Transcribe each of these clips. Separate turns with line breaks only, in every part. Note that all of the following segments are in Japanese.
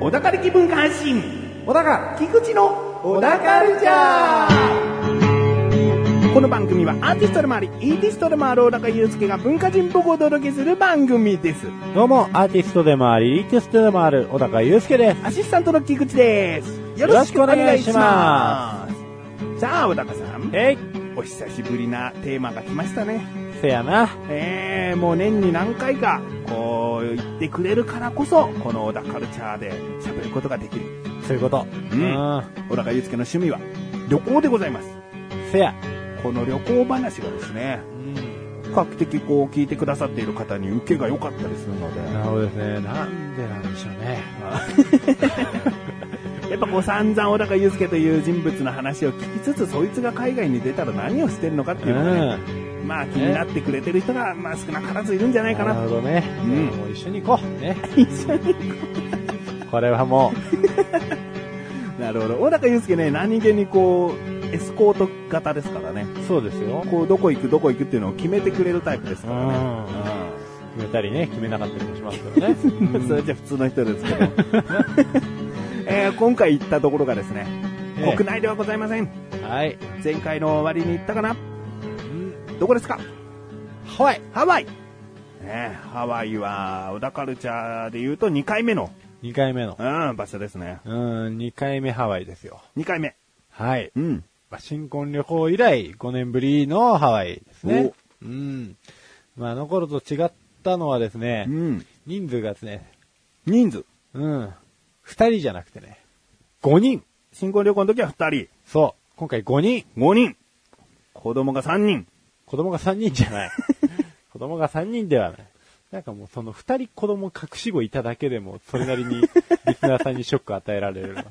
小高力文化発信小高菊池の小高カルチャーこの番組はアーティストでもありイーティストでもある小高祐介が文化人っぽくお届けする番組です
どうも、アーティストでもあり、リーティストでもある、小高祐介です。
アシスタントの菊池ですよろしくお願いしますさあ小高さん
えい、
お久しぶりなテーマが来ましたね
せやな。
えー、もう年に何回かこう言ってくれるからこそこの小田カルチャーで喋ることができる
そういうこと。
う
うんん。
小高祐介の趣味は旅行でございます
せや。
この旅行話がですね
うん。
比較的こう聞いてくださっている方に受けが良かったりするので
なるほどですね。なんでなんでしょうね。
やっぱこう散々小高祐介という人物の話を聞きつつそいつが海外に出たら何をしてるのかっていうのがね、まあ気になってくれてる人がまあ少なからずいるんじゃないか
な
な
るほどね。
うん
もう一緒に行こう。 ね。
一緒に
これはも
なるほど小高祐介ね何気にこうエスコート型ですからね
う、 そうですよ。
こうどこ行くどこ行くっていうのを決めてくれるタイプです
う
からね、
ん。決めたりね、決めなかったりもしますけど ね。
うん、 それじゃ普通の人ですけ ど、えー今回行ったところがですね
ええ
国内ではございません
はい。
前回の終わりに行ったかなどこですか
ハワイ。
ハワイ、ねえ、ハワイは、小田カルチャーで言うと2回目の、
2回目の。
うん、場所ですね。
うん、2回目ハワイですよ。
2回目。
はい。
うん。
まあ新婚旅行以来5年ぶりのハワイですね。うん。まあ、あの頃と違ったのはですね、
うん。
人数がですね、
人数。
うん。二人じゃなくてね、五人。
新婚旅行の時は2
そう。今回五人。
人、5人、子供が3人。
子供が三人じ ゃない。子供が三人ではない。なんかもうその二人子供隠し子いただけでも、それなりにリスナーさんにショック与えられるわ。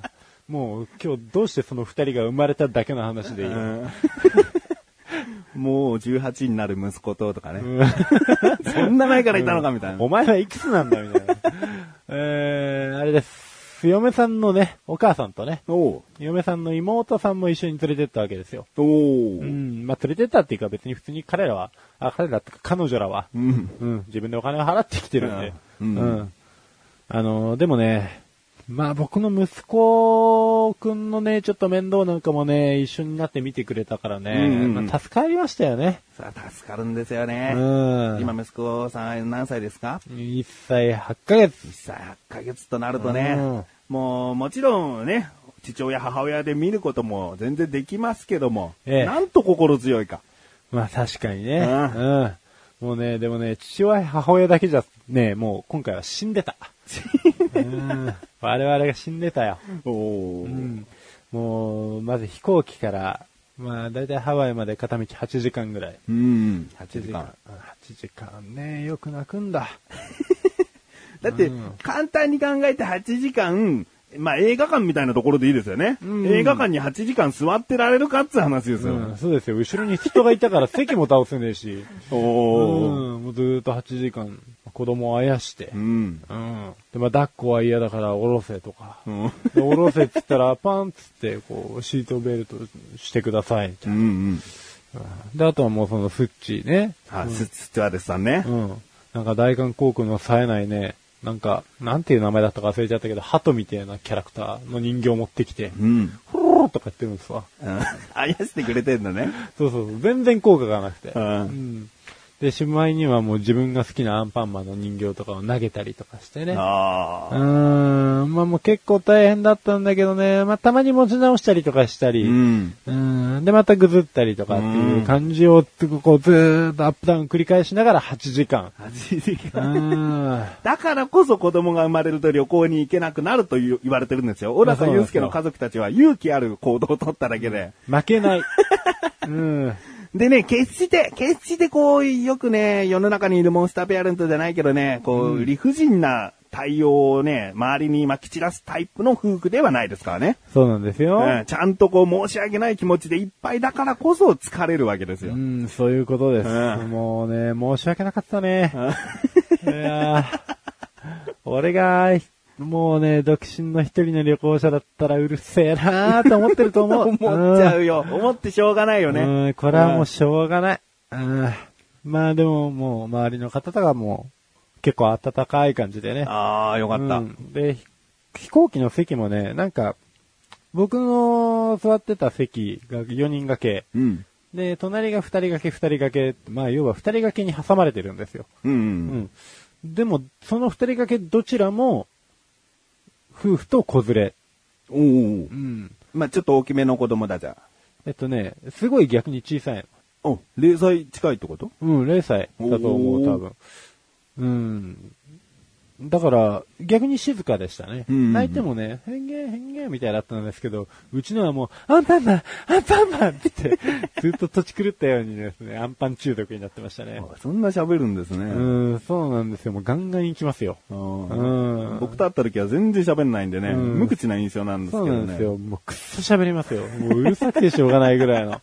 もう今日どうしてその二人が生まれただけの話でいい、
もう18になる息子ととかね。
うん
そんな前からいたのかみたいな。
お前はいくつなんだみた いな。えー、あれです。嫁さんのね、お母さんとね、
おう
嫁さんの妹さんも一緒に連れてったわけですよ。
お
う、
うん
まあ、連れてったっていうか別に普通に彼らは、あ、彼らってか彼女らは、
うん。
うん、自分でお金を払ってきてるんで、
う
うんん。あのー、でもね、まあ僕の息子くんのね、ちょっと面倒なんかもね、一緒になって見てくれたからね、
うんうん
まあ助かりましたよね。
さあ、助かるんですよ
う
ね。
ん。
今、息子さん何歳ですか
1歳8ヶ月。
1歳8ヶ月となるとね、
うん
もうもちろんね、父親母親で見ることも全然できますけども、
ええ
なんと心強いか。
まあ確かにね。
う
うんん。もうね、でもね、父親、母親だけじゃ、ね、もう今回は死んでた。うん 我々が死んでたよ。
おー
うん。もう、まず飛行機から、まあ大体ハワイまで片道8時間ぐらい。
うん。8
8
時間。。
8時間ね、よく泣くんだ。
だって
うん、
簡単に考えて8時間、まあ映画館みたいなところでいいですよね。
うん
映画館に8時間座ってられるかって話です
う
よ。
ん、そうですよ。後ろに人がいたから席も倒せねえし。
おー
うん、もうずーっと8時間、子供をあやして。
うん。
うん。で、まあ、抱っこは嫌だから、おろせとか。
うん。
でおろせっつったら、パンっつって、こう、シートベルトしてください、みた
う
いな。
ん。
で、あとはもうそのスッチーね。
あ、ススチュワーデスさんね
う。ん。なんか大韓航空の冴えないね、なんか、なんていう名前だったか忘れちゃったけど、ハトみたいなキャラクターの人形を持ってきて、
うん。
フロロとか言ってるんですわ。
うんあやしてくれてんだね。
そうそうそう、全然効果がなくて。
うん
んで、しまいにはもう自分が好きなアンパンマンの人形とかを投げたりとかしてね。
あ
う
あ。
ーん、まあもう結構大変だったんだけどね、まあたまに持ち直したりとかしたり、
うん。
うんで、またぐずったりとかっていう感じを、こう、ずーっとアップダウン繰り返しながら8時間。
8時
う
間。
ん。
だからこそ子供が生まれると旅行に行けなくなるという言われてるんですよ。小高
そうなん
祐
です
介
よ
の家族たちは勇気ある行動を取っただけで。
負 けない。うん。
でね、決して、決してこう、よくね、世の中にいるモンスターペアレントじゃないけどね、こう、理不尽な対応をね、周りにまき散らすタイプの夫婦ではないですからね。
そうなんですよ。
うん、ちゃんとこう、申し訳ない気持ちでいっぱいだからこそ疲れるわけですよ
う。ん、そういうことです。
うん
もうね、申し訳なかったね。いやー俺が、もうね、独身の一人の旅行者だったらうるせえなーと思ってると思う。
思っちゃうよ。思ってしょうがないよ
うん
ね。
うん、これはもうしょうがない。うん。まあでももう、周りの方とかも、結構温かい感じでね。
ああ、よかった。
うんで、ひ飛行機の席もね、なんか、僕の座ってた席が4人掛け。
うん。
で、隣が2人掛け、2人掛け。まあ、要は2人掛けに挟まれてるんですよ。
うん。う。
うんん。でも、その2人掛けどちらも、夫婦と子連れ。
おー
うん。
まあちょっと大きめの子供だじゃ
えっとね、すごい逆に小さい
あ。お、0歳近いってこと
の。うん、0歳だと思
お
う、
ー
多分。うん。だから、逆に静かでしたね。
うんうんうん
泣いてもね、変形変形みたいだったんですけど、うちのはもう、アンパンマンアンパンマンって、ずっと土地狂ったようにですね、アンパン中毒になってましたね。
あそんな喋るんですね。
うん、そうなんですよ。もうガンガン行きますよ。
あ
う
ー
ん
僕と会った時は全然喋んないんでね、
うん
無口な印象なんですけ
そ
ど
う
ね。
なんですよ。もうくっそ喋りますよ。もううるさくてしょうがないぐらいの。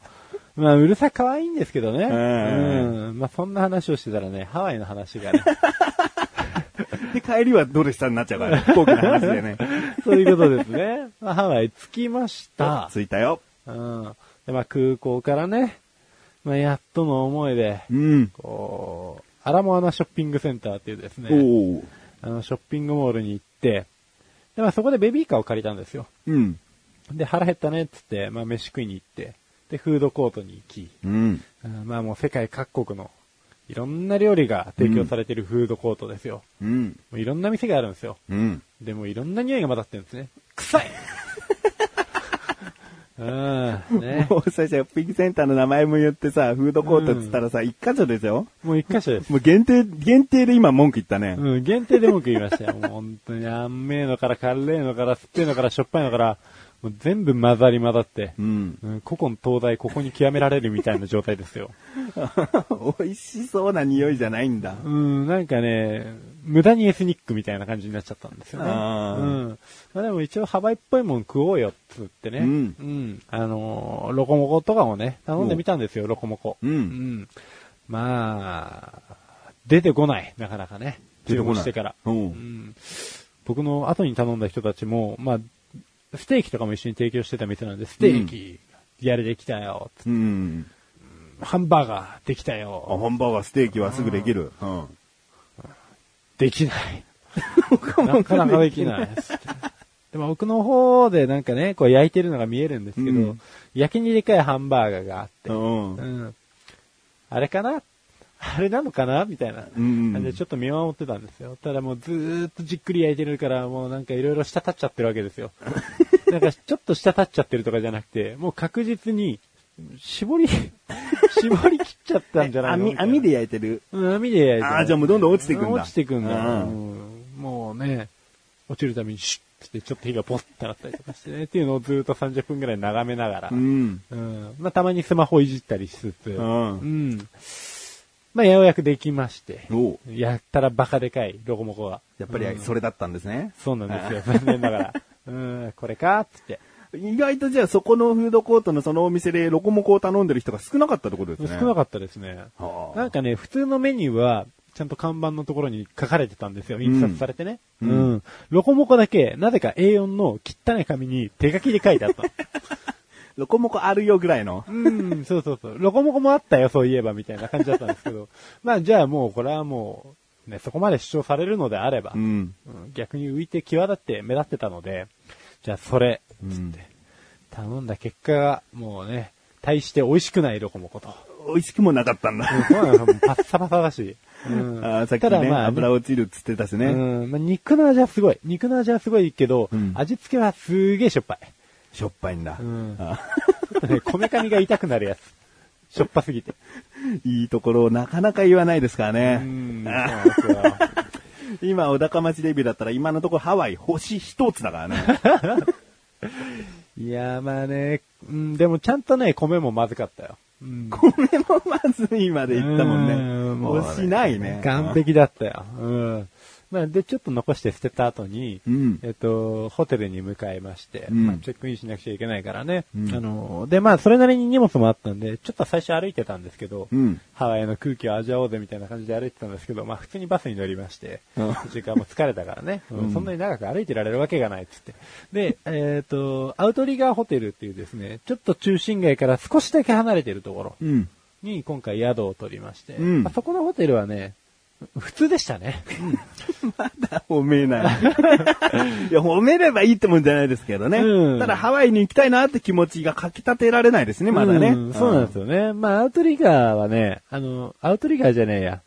まあ、うるさ可愛いんですけどね。
ん
うん。まあ、そんな話をしてたらね、ハワイの話がね。
で、帰りはドレスになっちゃうから、飛行機の話で ね。
そういうことですね。まあ、ハワイ着きました。
着いたよ。
うん。で、まあ、空港からね、まあ、やっとの思いで、
うん。
こう、アラモアナショッピングセンターっていうです
お
ね、
お。
あの、ショッピングモールに行って、で、まあ、そこでベビーカーを借りたんですよ。
うん。
で、腹減ったねっつって、まあ、飯食いに行って、で、フードコートに行き、
うん。
うんまあもう世界各国のいろんな料理が提供されてるフードコートですよ。
うん。
もういろんな店があるんですよ。
うん。
でもいろんな匂いが混ざってるんですね。臭い うん、ね。
もう最初、ショッピングセンターの名前も言ってさ、フードコートっつったらさ、一箇所ですよ。
もう一箇所です。
もう限定、限定で今文句言ったね。
うん、限定で文句言いましたよ。もう本当に、あんめえのから、辛えのから、酸っぱいのから、しょっぱいのから、もう全部混ざり混ざって、
うん。
うん、古今東西、ここに極められるみたいな状態ですよ。
美味しそうな匂いじゃないんだ。
うん、なんかね、無駄にエスニックみたいな感じになっちゃったんですよね。う
あー
ん。まあでも一応ハワイっぽいもん食おうよっつってね。
うん
んあのーロコモコとかもね、頼んでみたんですよ、ロコモコ。
うん
んまあ、出てこない、なかなかね。
出てこない
注文してから。
うん
ん僕の後に頼んだ人たちも、まあ、ステーキとかも一緒に提供してた店なんで、ステーキ、やれできたよ、つって
うん。
ハンバーガーできた
あ、
よ、
ハンバーガー、ステーキはすぐできる。うん。
できない。なかなかできないです。でも奥の方でなんかね、こう焼いてるのが見えるんですけど、
うん
焼きにでかいハンバーガーがあって、
うん
う。んあれかなあれなのかなみたいな
うん
感じでちょっと見守ってたんですよ。ただもうずーっとじっくり焼いてるから、もうなんかいろいろ滴っちゃってるわけで すよ。なんかちょっと滴っちゃってるとかじゃなくて、もう確実に、絞 り、絞り切っちゃったんじゃないのみ
網、
たいな
網で焼いてる。
うん網で焼いてる。
あーじゃあもうどんどん落ちていくんだ
落ちていくんだ。
う
うんもうね、落ちるたびにシュッってちょっと火がポッてなったりとかしてね、っていうのをずっと30分くらい眺めながら、
ん。
うんまあたまにスマホいじったりしつつ、
うん
うんまあようやくできまして、
おう
やったらバカでかいロコモコが。
やっぱりそれだったんですね。
そうなんですよ、残念なが ら。うん、これかっつって。
意外とじゃあそこのフードコートのそのお店でロコモコを頼んでる人が少なかったってことです
少
ね。
なかったですね。
はあ
なんかね、普通のメニューは、ちゃんと看板のところに書かれてたんですよ。印刷されてね。
う
うんん。ロコモコだけ、なぜか A4 の汚い紙に手書きで書いてあ った。
ロコモコあるよぐらいの。
うん、そうそうそう。ロコモコもあったよ、そういえば、みたいな感じだったんです けど。まあ、じゃあもう、これはもう、ね、そこまで主張されるのであれば、
ん。
うん逆に浮いて際立って目立ってたので、じゃあそれ、
うん
つって、頼んだ結果が、もうね、大して美味しくないロコモコと。
美味しくもなかったんだ。
うんそうなのもうパッサパサだし。う ん
あーさっき
ただ
ね、
まあ、
油落ちるっつってたし
う
ね。
ん、まあ、肉の味はすごい。肉の味はすごいけど、
うん
味付けはすげえしょっぱい。
しょっぱいんだ
うん。
あ
ちょっとね、こめかみが痛くなるやつ。しょっぱすぎて。
いいところをなかなか言わないですから
う
ね
ん、。そうなんですよ。
今、小高町デビューだったら今のところハワイ星一つだからね。
いやーまあね、うん、でもちゃんとね、米もまずかったよ。うん。
これもまずいまで行ったもんね。
う
もうしないね。
完璧だったよ。うん。まあ、で、ちょっと残して捨てた後に、
うん
えっと、ホテルに向かいまして、
うん
まあ、チェックインしなくちゃいけないからね。
うん
あの、で、まあ、それなりに荷物もあったんで、ちょっと最初歩いてたんですけど、
うん
ハワイの空気を味わおうぜみたいな感じで歩いてたんですけど、まあ、普通にバスに乗りまして、
うん
それからもう疲れたか らね、
うん
そんなに長く歩いてられるわけがないっつって。で、えっ、と、アウトリガーホテルっていうですね、ちょっと中心街から少しだけ離れてるところ
うん。
に今回宿を取りまして、
うん
まあそこのホテルはね、普通でしたね。
褒めない。いや、褒めればいいってもんじゃないですけどね。
うん
ただ、ハワイに行きたいなって気持ちがかき立てられないですね、まだね。
うんそうなんですよね。まあ、アウトリガーはね、あの、アウトリガーじゃねえや。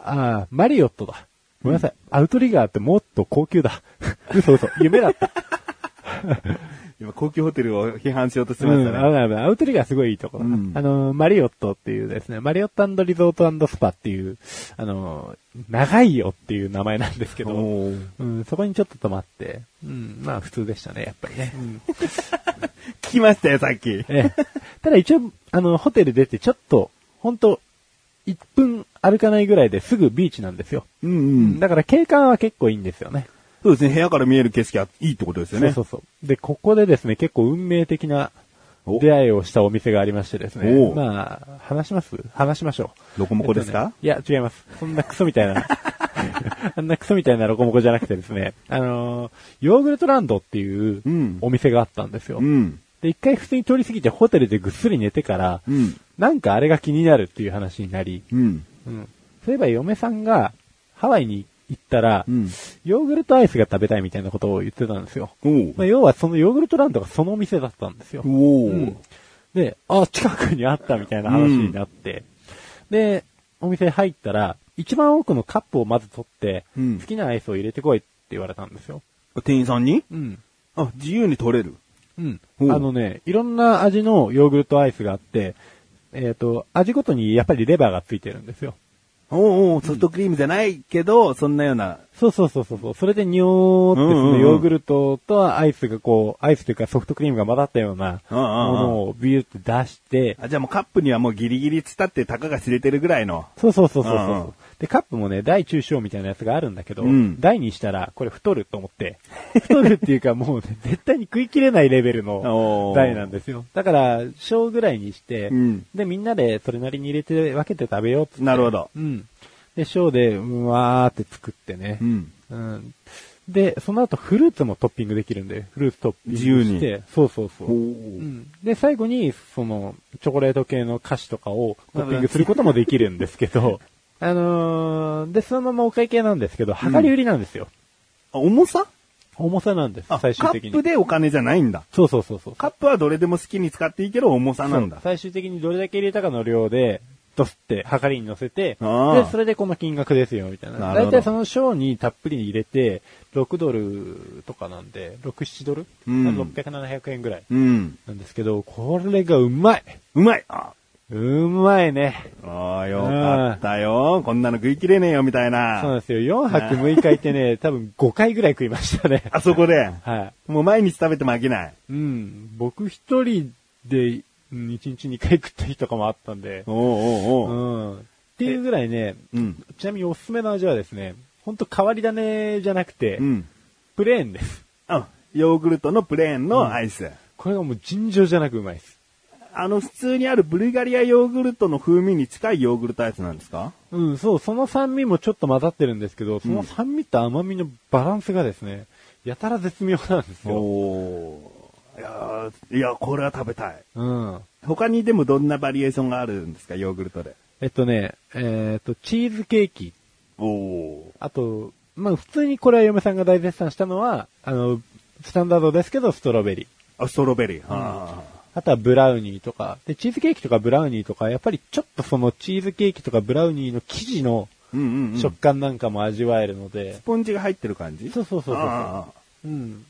ああ、マリオットだ。ごめんなさい。アウトリガーってもっと高級だ。嘘嘘。夢だった。
今、高級ホテルを批判しようとして
う
まし
ん、
たね。
危ない危ないアウトリガーすごいいいところだ、
うん
あの、マリオットっていうですね、マリオットリゾートスパっていう、あの、長いよっていう名前なんですけど、
おー
うん、そこにちょっと泊まって、うん、まあ普通でしたね、やっぱりね。
聞きましたよ、さっき。
ええ。ただ一応、あの、ホテル出てちょっと、ほんと、1分歩かないぐらいですぐビーチなんですよ。
うんうん。
だから景観は結構いいんですよね。
そうですね、部屋から見える景色はいいってことですよね。
そうそうそう。で、ここでですね、結構運命的な
お
出会いをしたお店がありましてです
お
ね
う。
まあ、話します話しましょう。
ロコモコですか
えっとねいや、違います。そんなクソみたい な。あんなクソみたいなロコモコじゃなくてですね、あのーヨーグルトランドっていう
うん
お店があったんですよ。
うん。
で、一回普通に通り過ぎてホテルでぐっすり寝てから、
うん
なんかあれが気になるっていう話になり、
うん。
うんそういえば嫁さんがハワイに行ったら、
うん
ヨーグルトアイスが食べたいみたいなことを言ってたんですよ。
おー
まあ、要はそのヨーグルトランドがそのお店だったんですよ。
おー
うんで、あ、近くにあったみたいな話になって、で、お店入ったら、一番奥のカップをまず取って、
うん
好きなアイスを入れてこいって言われたんですよ。
店員さんに
うん。
あ、自由に取れる。
うん。あ
ほう
のね、いろんな味のヨーグルトアイスがあって、えっ、と、味ごとにやっぱりレバーがついてるんですよ。
おうおうソフトクリームじゃないけど、そんなような。
そうそうそうそうそう。それでにょーってですね、
うんうんうん
ヨーグルトとアイスがこう、アイスというかソフトクリームが混ざったような
うん
も
うんうん
のをビューって出して、
あ、じゃあもうカップにはもうギリギリつったってたかが知れてるぐらいの。
そうそうそうそうそう、
うんうん
で、カップもね、大中小みたいなやつがあるんだけど、
うん
大にしたら、これ太ると思って、太るっていうかもう ね、絶対に食い切れないレベルの
おー
大なんですよ。だから、小ぐらいにして、
うん
で、みんなでそれなりに入れて分けて食べようっつって
なるほど。
うん。で、小で、うわーって作ってね。
うん。
うん。で、その後フルーツもトッピングできるんで、フルーツトッピングし
自由
て、そうそうそ
お
う。うんで、最後に、その、チョコレート系の菓子とかをトッピングすることもできるんですけど、 あのー、で、そのままお会計なんですけど、量り売りなんですよ。
あ、重さ
重さなんです
あ、、
最終的に。
カップでお金じゃないんだ。
そうそうそうそう。
カップはどれでも好きに使っていいけど、重さなんだ
そう。最終的にどれだけ入れたかの量で、ドスって、はかりに乗せて、で
あー、
それでこの金額ですよ、みたい
な
な。
る
だ
ほど
いたいその賞にたっぷり入れて、6ドルとかなんで、6、7ドル、
うん
あの ?600、700円ぐらい
うん。
なんですけど、これがうまいう
まいあ
うまいね。
あー、よかったよ。こんなの食い切れねえよ、みたい
そうなん
な。
ですよ。4泊6日行ってね、多分5回ぐらい食いましたね。
あそこで、
は
もう毎日食べても飽きない。
い。うん。僕一人で、うん1日2回食った日とかもあったんで、
おうおう
う。
おうん
っていうぐらいね、
うん。
ちなみにおすすめの味はですね、ほんと変わり種じゃなくて、
うん。
プレーンです。
あ、ヨーグルトのプレーンのアイス。
これがもう尋常じゃなくうまいです。
あの、普通にあるブルガリアヨーグルトの風味に近いヨーグルトアイスなんですか
うん、そう、その酸味もちょっと混ざってるんですけど、その酸味と甘みのバランスがですね、やたら絶妙なんですよ。
おーいやーいや、これは食べたい。
うん。
他にでもどんなバリエーションがあるんですか、ヨーグルトで。
えっとね、えっと、チーズケーキ。
おお。
あと、まあ普通にこれは嫁さんが大絶賛したのは、あの、スタンダードですけど、ストロベリー。
あ、ストロベリー。あ
あとはブラウニーとか。で、チーズケーキとかブラウニーとか、やっぱりちょっとそのチーズケーキとかブラウニーの生地の
ーうんうんうん。ス
食感なんかも味わえるので、
ポンジが入ってる感じ
そうそうそうそう
あ
そう。うん。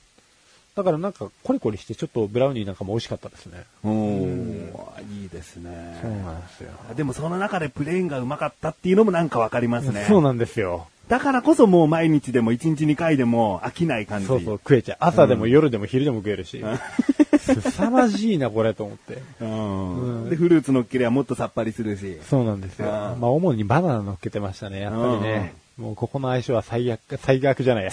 だからなんかコリコリしてちょっとブラウニーなんかも美味しかったですね。
ーおお、いいですね。
なんですよ。
でもその中でプレーンがうまかったっていうのもなんかわかりますね。
そうなんですよ。
だからこそもう毎日でも1日2回でも飽きない感じ。
そうそう、食えちゃう。朝でも夜でも昼でも食えるし。凄まじいな、これと思って。
うん
うん
で、フルーツのっけりゃもっとさっぱりするし。
そうなんですよ。
あー
まあ、主にバナナ乗っけてましたね、やっぱりね。もうここの相性は最悪、最悪じゃな いや。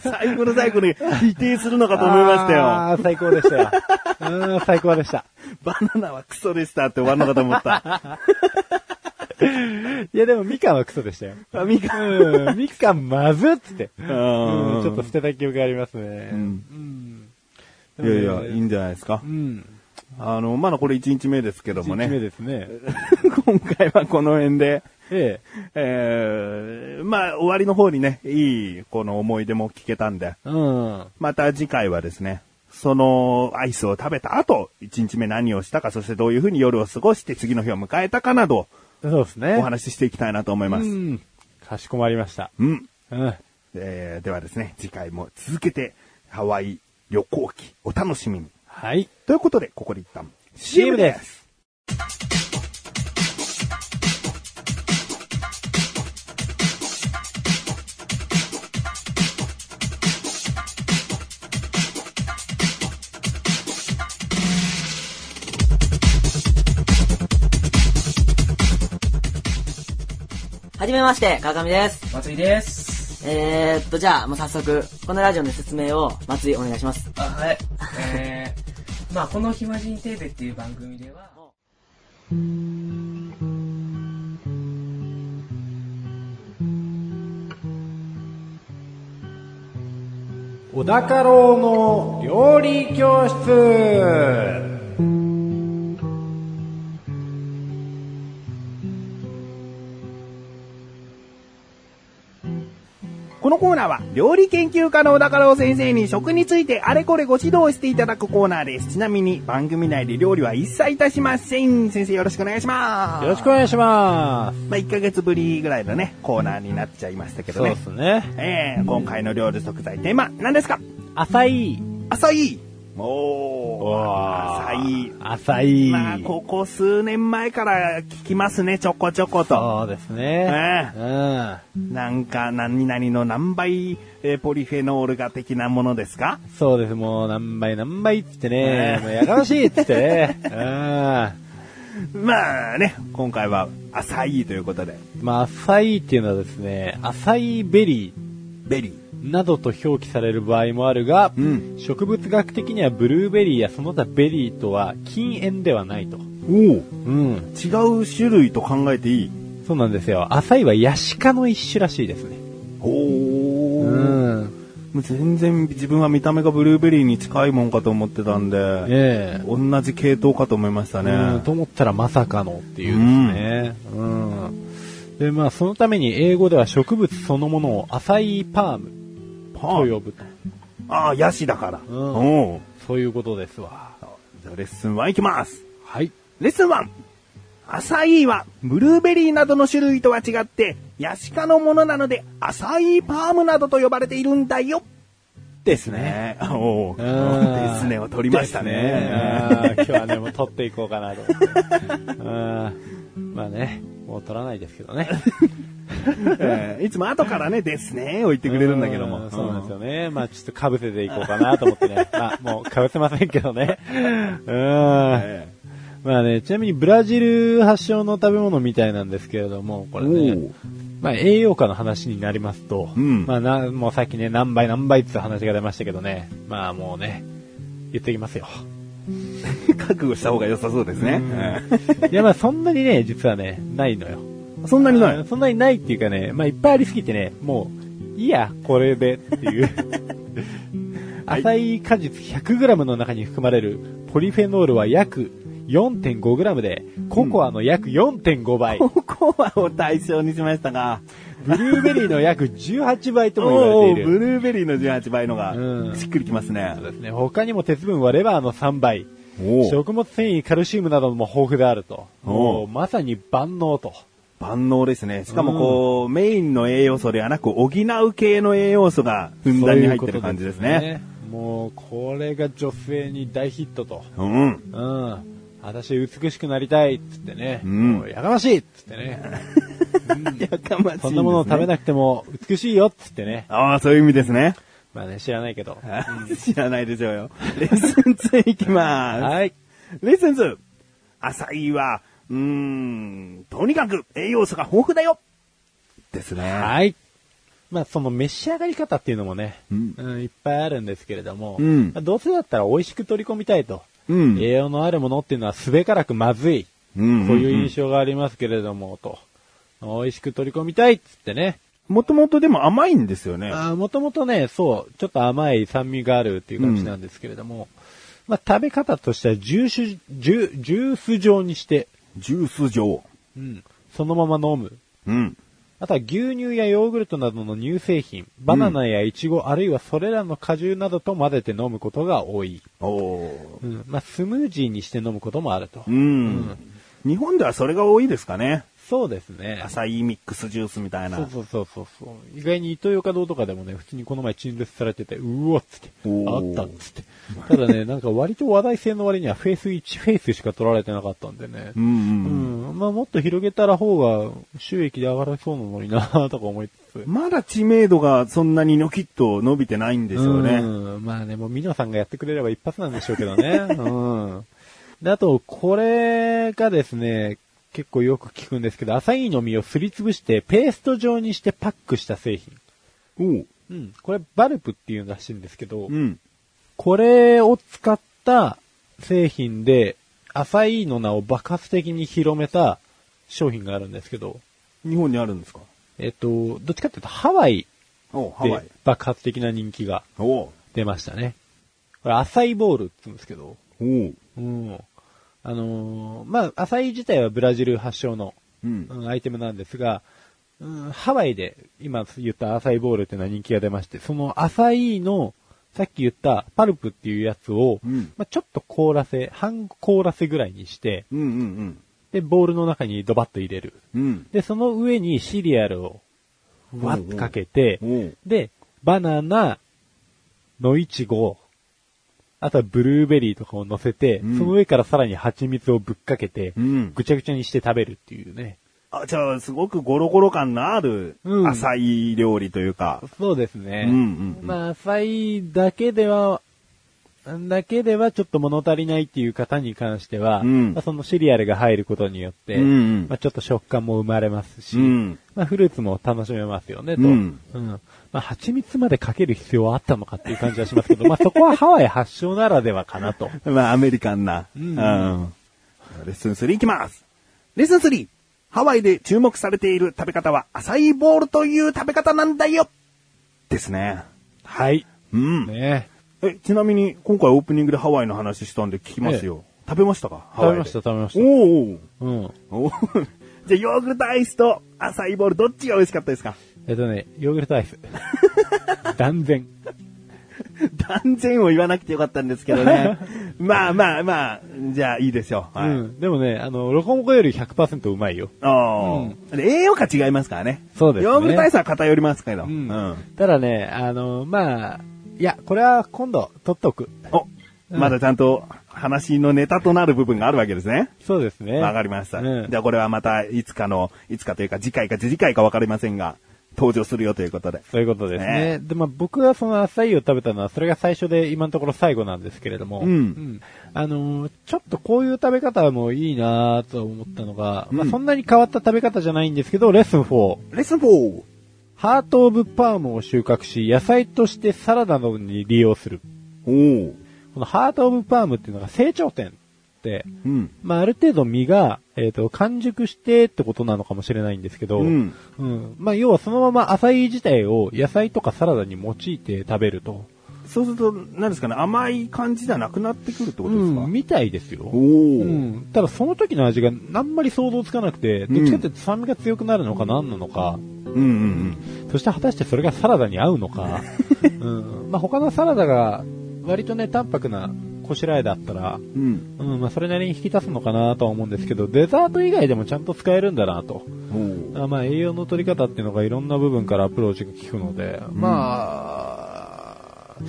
最後の最後に否定するのかと思いましたよ。
あー最高でした よ。うーん、最高でした。
バナナはクソでしたって終わるのかと思った。
いやでもみかんはクソでしたよ。
あみかん
うん、みかんまずっつって。
う
うんん、ちょっと捨てた記憶がありますね。
ん
う
いやいや、いいんじゃないですか
う。ん。
あの、まだこれ1日目ですけども
1日目
ね。
ですね。
今回はこの辺で、
え
えー、まあ終わりの方にね、いいこの思い出も聞けたんで、
え。うん。
また次回はですね、そのアイスを食べた後、1日目何をしたか、そしてどういうふうに夜を過ごして次の日を迎えたかなど、
そうですね。
お話ししていきたいなと思います。
う
うん。
ん。かしこまりました。うん。
えーではですね、次回も続けて、ハワイ旅行記、お楽しみに。
はい。
ということで、ここで一旦、
CM です。
はじめまして、川上です。
松井です。
えーっと、じゃあ、もう早速、このラジオの説明を、松井お願いします。
あ、はい。えー、まあこの暇人テーベっていう番組では、
小高郎の料理教室。
このコーナーは、料理研究家の小高郎先生に食についてあれこれご指導していただくコーナーです。ちなみに、番組内で料理は一切いたしません。先生よろしくお願いします。
よろしくお願いします。
まあ、1ヶ月ぶりぐらいのね、コーナーになっちゃいましたけど
そう
ね
で。すね。
えー、今回の料理食材テーマ、何ですか
浅い。
浅いおー、浅い。
浅い。
まあ、ここ数年前から聞きますね、ちょこちょこと。
そうですね
ね。
うん。
なんか、何々の何倍、えーポリフェノールが的なものですか
そうです、もう何倍何倍っつってね
ね、
もうやかましいっつっ てね、うん。
まあね、今回は浅いということで、
まあ、浅いっていうのはですね、浅いベリ
ベリー。
ーなどと表記される場合もあるが、
うん
植物学的にはブルーベリーやその他ベリーとは禁煙ではないと。
お
うん。
お、違う種類と考えていい
そうなんですよ。浅いはヤシ科の一種らしいですね。
おお、
うん。
もう全然自分は見た目がブルーベリーに近いもんかと思ってたんで、
ええ
同じ系統かと思いましたね。
うん、と思ったらまさかのっていうですね。うん。で、まあ、そのために英語では植物そのものを浅いパーム
パ
と
ー
呼ぶと。
ああ、ヤシだから。
うん
おう
そういうことですわ。
じゃあレッスン1いきます。
はい。
レッスン 1! 浅いは、ブルーベリーなどの種類とは違って、ヤシ科のものなので、浅いパームなどと呼ばれているんだよ。
です。
ねえ。おお。
う
で
ん
すねを取りましたね。
ですねうん今日はね、もう取っていこうかなと思って。うんまあね、もう取らないですけどね。
えーいつも後からね、ですねを言ってくれるんだけど
う
も。
そうなんですよね。まあちょっとかぶせていこうかなと思ってね。まあもうかぶせませんけどね。うん。
え
まあね、ちなみにブラジル発祥の食べ物みたいなんですけれども、これ
お
ね
う、
まあ栄養価の話になりますと、
うん
まあな、もうさっきね、何倍何倍って話が出ましたけどね、まあもうね、言って きますよ。
え覚悟した方が良さそうですね。
いやまあそんなにね、実はね、ないのよ。
うんそんなにない
あーそんなにないっていうかね、まあいっぱいありすぎてね、もう、いいや、これでっ ていう。浅い果実 100g の中に含まれるポリフェノールは約 4.5g で、ココアの約4.5倍、
ここはを対象にしましたが、
ブルーベリーの約18倍とも言わ
お
れ
お
てい
ブ
る。
ルーベリーの18倍のが
う、ん
しっくりきますね
そう。ですね、他にも鉄分はレバーの3倍、
おお
食物繊維、カルシウムなども豊富であると。
お
もうまさに万能と。
万能ですね。しかもこう、メインの栄養素ではなく、補う系の栄養素がふんだんに入ってる感じです
そうい
ね。
うことですね。もう、これが女性に大ヒットと。
うん。
うん。私美しくなりたいっつってね。
うん
もやかましいっつってね。
やかましいですね。
そんなものを食べなくても美しいよっつってね。
ああ、そういう意味ですね。
まあね、知らないけど。
知らないでしょうよ。レッスン2いきま
はい。
す。レッスン 2! 浅いは、うーん、とにかく栄養素が豊富だよですね。
はい。まあ、その召し上がり方っていうのもね、
うん
うんいっぱいあるんですけれども、
うん
まあどうせだったら美味しく取り込みたいと。
うん
栄養のあるものっていうのはすべからくまずい。
うん
こういう印象がありますけれども、と。美味しく取り込みたいっつってね。
もともとでも甘いんですよね。
もともとね、そう、ちょっと甘い酸味があるっていう感じなんですけれども、まあ、食べ方としてはジュース、ジュジュース状にして、
ジュース状。
うん、そのまま飲む。
うん。
あとは牛乳やヨーグルトなどの乳製品、バナナやイチゴ、あるいはそれらの果汁などと混ぜて飲むことが多い。
おー
うん。まあ、スムージーにして飲むこともあると。
うん。日本ではそれが多いですかね。
そうですね。
アサイーミックスジュースみたいな。
そうそうそうそうそう。意外にイトーヨーカドーとかでもね、普通にこの前陳列されてて、うわっつって、あ
お
っ
ー
たっつって。ただ ね、なんか割と話題性の割にはフェース1、フェースしか取られてなかったんでね。
うん
う
うんうん。
ん。まあもっと広げたら方が収益で上がりそうなのになとか思いつつ。
まだ知名度がそんなにニョキッと伸びてないんですよね。
うん。まあね、もうミノさんがやってくれれば一発なんでしょうけ どね。うん。で、あと、これがですね、結構よく聞くんですけど、アサイーの実をすりつぶして、ペースト状にしてパックした製品。
おう
うん。これ、バルプっていうらしいんですけど、
うん。
これを使った製品で、アサイーの名を爆発的に広めた商品があるんですけど、
日本にあるんですか
えっと、どっちかっていうと、ハワイ
おうハワ
で
イ。
爆発的な人気が
おう
出ましたね。これ、アサイーボールって言うんですけど、
おう
うん。あのーまあ、アサイ自体はブラジル発祥の、
うん
うんアイテムなんですが、うん、ハワイで今言ったアサイボールっていうのは人気が出まして、そのアサイの、さっき言ったパルプっていうやつを、
うん
まあ、ちょっと凍らせ、半凍らせぐらいにして、
うんうん
で、ボールの中にドバッと入れる。
うん。うん。
で、その上にシリアルを、わっとかけて、
おう
で、バナナ、のいちご、あとはブルーベリーとかを乗せて、
うん
その上からさらに蜂蜜をぶっかけて、
うん
ぐちゃぐちゃにして食べるっていうね。
あ、じゃあ、すごくゴロゴロ感のある
うん
浅い料理というか。
そうですね
うんうんうん
まあ、浅いだけでは、だけではちょっと物足りないっていう方に関しては、
うん
まあそのシリアルが入ることによって、
うんうん
まあ、ちょっと食感も生まれますし、
うん
まあ、フルーツも楽しめますよね、と。
うん
まあ、蜂蜜までかける必要はあったのかっていう感じはしますけど、まあ、そこはハワイ発祥ならではかなと。
まあ、アメリカンな。
うん
レッスン3いきます。レッスン 3! ハワイで注目されている食べ方は、アサイーボールという食べ方なんだよですね。
はい。
うん。
ね
え、ちなみに、今回オープニングでハワイの話したんで聞きますよ。食べましたかハワイで。
食べました
お
食べ
ー
うん。
おーおー じゃあ、ヨーグルトアイスとアサイーボール、どっちが美味しかったですか
えっとね、ヨーグルトアイ ス。断然。
断然を言わなくてよかったんですけどね。 まあまあまあ、じゃあいいでしょう。はい。
うん。でもね、あの、ロコモコより100%うまいよ。
ああ、で栄養価違いますからね。
そうですね
ヨーグルトアイスは偏りますけど。
うんただね、あの、まあ、いや、これは今度、取っとく。
お、まだちゃんと話のネタとなる部分があるわけですね。
そうですね。
わかりました。
うん
じゃあこれはまたいつかの、いつかというか次回か次々回かわかりませんが、登場するよということで。
そういうことですね。
ね
で、まあ、僕はそのアサイーを食べたのは、それが最初で、今のところ最後なんですけれども、
うん
あのーちょっとこういう食べ方もいいなと思ったのが、まあ、
うん
そんなに変わった食べ方じゃないんですけど、レッスン4。
レッスン 4!
ハートオブパームを収穫し、野菜としてサラダなどに利用する。
おー
このハートオブパームっていうのが成長点って、
うん。
まあ、ある程度実が、えっ、と、完熟してってことなのかもしれないんですけど、
うん
うんまあ、要はそのままアサイー自体を野菜とかサラダに用いて食べると。
そうすると、何ですかね、甘い感じじゃなくなってくるってことですか、
うん、みたいですよ。
お
う
ー
ん、ただその時の味があんまり想像つかなくて、どっちかっていうと酸味が強くなるのか何なのか、
うんうん
そして果たしてそれがサラダに合うの か、うんまあ、他のサラダが割とね、淡白なこしらえだったら、
うん。うん。
うんまあ、それなりに引き出すのかなとは思うんですけど、デザート以外でもちゃんと使えるんだなと。
おー
あまあ、栄養の取り方っていうのがいろんな部分からアプローチが効くので、まあ、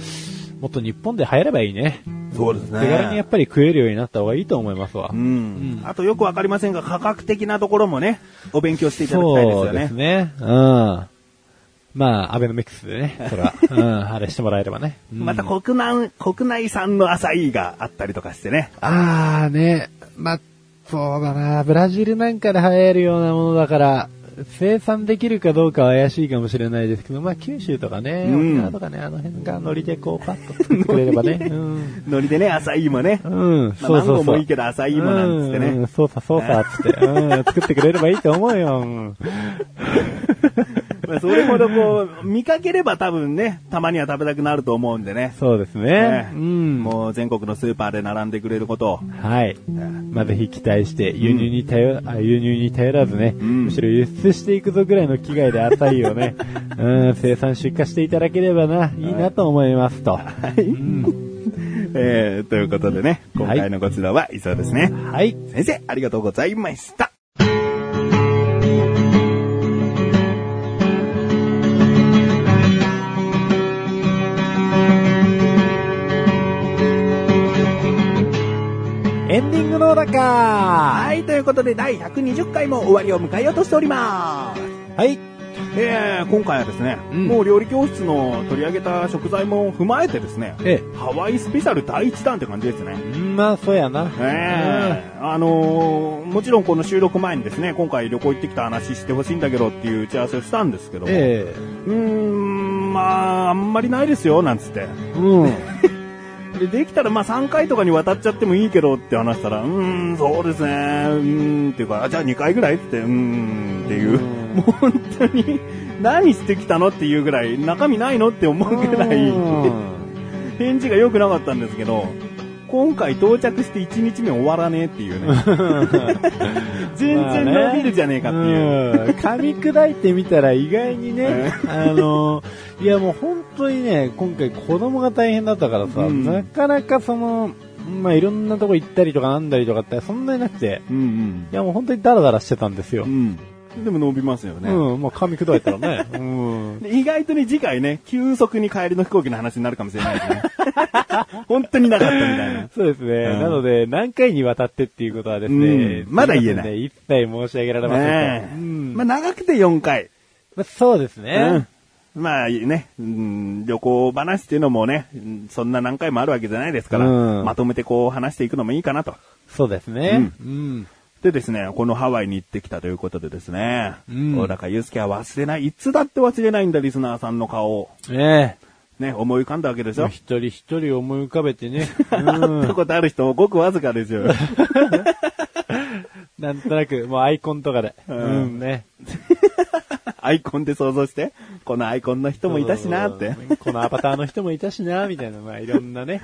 もっと日本で流行ればいいね。
そうですね。
手軽にやっぱり食えるようになった方がいいと思いますわ。
うんあとよくわかりませんが、価格的なところもね、お勉強していただきたいです
そ
よ
うで
ね
す。ね。うん。まあ、アベノミクスでね、それは。うん、あれしてもらえればね。うん
また国内、国内産のアサイーがあったりとかしてね。
あーね、まあ、そうだな、ブラジルなんかで流行るようなものだから、生産できるかどうかは怪しいかもしれないですけど、まあ九州とかね、
うん
沖縄とかね、あの辺がノリでこうパッと作ってくれれ ばね。うん。
ノリでね、浅い芋ね。
うん、
まあマンゴーもいいけど浅い芋なんつってね
うんそうさそうさ、つって。うん、作ってくれればいいと思うよ。うん
まあそれほどこう、見かければ多分ね、たまには食べたくなると思うんでね。
そうですね
ね。
うん。
もう全国のスーパーで並んでくれることを。
はい。まあ、ぜひ期待して、輸入に頼、あ輸入に頼らずね、
ん
むしろ輸出していくぞぐらいの気概で浅い をね、うん、生産出荷していただければな、いいなと思いますと。
えー、ということでね、今回のこちらは以上ですね。
はい。
先生、ありがとうございました。
エンディングのだか
はい、ということで第120回も終わりを迎えようとしております。
はい。
えー、今回はですね、
うん
もう料理教室の取り上げた食材も踏まえてですね、
え
ハワイスペシャル第1弾って感じですね。
え。まあ、そうやな。
ええあのーもちろんこの収録前にですね、今回旅行行ってきた話してほしいんだけどっていう打ち合わせをしたんですけども、
え
うーん、まあ、あんまりないですよ、なんつって。
え。うん。
でできたらまあ3回とかに渡っちゃってもいいけどって話したら、うーん、そうですね、うーん、っていうか、あじゃあ2回ぐらいって、うーん、っていう。もう 本当に、何してきたのっていうぐらい、中身ないのって思うぐらい、
うん
返事が良くなかったんですけど、今回到着して1日目終わらねえっていう ね。全然伸びるじゃねえかっていう。
うん噛み砕いてみたら意外にね、 あの、いやもう本当にね、今回子供が大変だったからさ、
うん
なかなかその、まあ、いろんなとこ行ったりとかなんだりとかってそんなになくて、
うん
いやもう本当にダラダラしてたんですよ。
うん。うん。でも伸びますよね。
うん、もう噛み砕いたらね。 うん。
で意外とね、次回ね、急速に帰りの飛行機の話になるかもしれない ですね。本当になかったみたいな。
そうですね。
ん
なので、何回にわたってっていうことはですね、
うんまだ言えない
すませんね一切申し上げられませんと。
ねえ
うん
まあ長くて4回。
まあそうですね。
うんまあね、うん、旅行話っていうのもね、うんそんな何回もあるわけじゃないですから、
うん
まとめてこう話していくのもいいかなと。
そうですね。うん。
でですね、このハワイに行ってきたということでですね、
うん
小高祐介は忘れない、いつだって忘れないんだ、リスナーさんの顔を。
ねえ。
ね、思い浮かんだわけでし
まあ
ょ。
一人一人思い浮かべて ね。
会ったことある人もごくわずかですよ。
なんとなく、もうアイコンとかで。うんね。
アイコンで想像して、このアイコンの人もいたしなって。
うん。このアバターの人もいたしな、みたいな、まあいろんなね。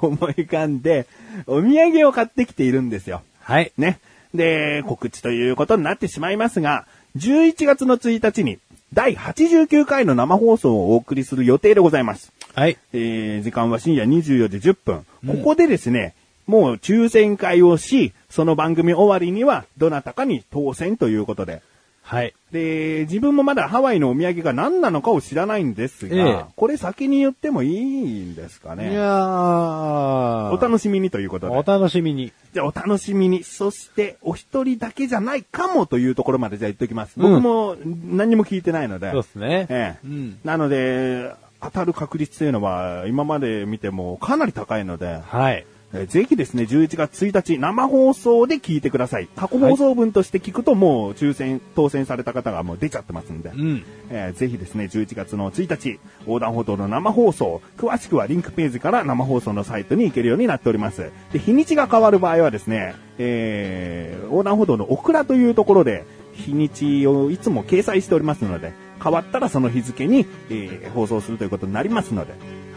思い浮かんで、お土産を買ってきているんですよ。
はい。
ね。で、告知ということになってしまいますが、11月の1日に第89回の生放送をお送りする予定でございます。
はい。
えー時間は深夜24時10分。ここでですね、もう抽選会をし、その番組終わりにはどなたかに当選ということで。
はい。
で、自分もまだハワイのお土産が何なのかを知らないんですが、
ええ
これ先に言ってもいいんですか
い
ね。
やー
お楽しみにということで。
お楽しみに。
じゃあお楽しみに。そして、お一人だけじゃないかもというところまでじゃあ言っておきます。
うん
僕も何にも聞いてないので。
そうですね。
ええ
うん。
なので、当たる確率というのは、今まで見てもかなり高いので、
はい。
えぜひですね、11月1日、生放送で聞いてください。過去放送分として聞くと、もう抽選、当選された方がもう出ちゃってますんで。
うん。
えーぜひですね、11月の1日、横断歩道の生放送、詳しくはリンクページから生放送のサイトに行けるようになっております。で、日にちが変わる場合はですね、えー、横断歩道のオクラというところで、日にちをいつも掲載しておりますので、変わったらその日付に、えー放送するということになりますので、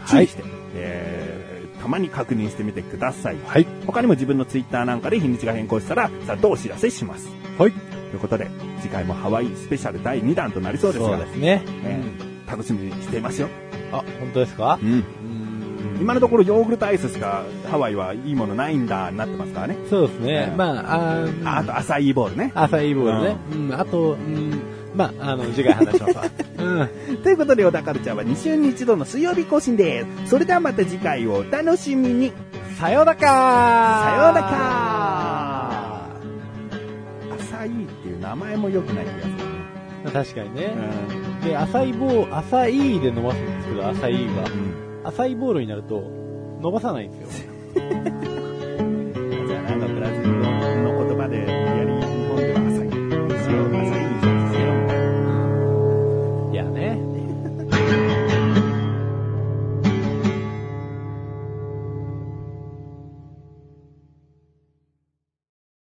注意して、えーたまに確認してみてください。
はい。
他にも自分のツイッターなんかで日にちが変更したら、さっとお知らせします。
はい。
ということで、次回もハワイスペシャル第2弾となりそうです
そ
が
うですね。
ね楽しみにしていますよ。
あ、本当ですかうん
今のところヨーグルトアイスしかハワイはいいものないんだになってますからね。
そうです
え
ね
え。
まあ、あー
ああとアサイーボールね。
朝イボールね。うん。あと、うん。まあ、あの、次回話します わ。うん。
ということで、小田カルチャーは2週に1度の水曜日更新です。それではまた次回をお楽しみに。
さようなか
さ
さ
ようならアサイーっていう名前も良くない気がするね。
確かに
う
ね。
ん
で、浅い棒、浅いで伸ばすんですけど、浅いは。浅いボールになると、伸ばさないんですよ。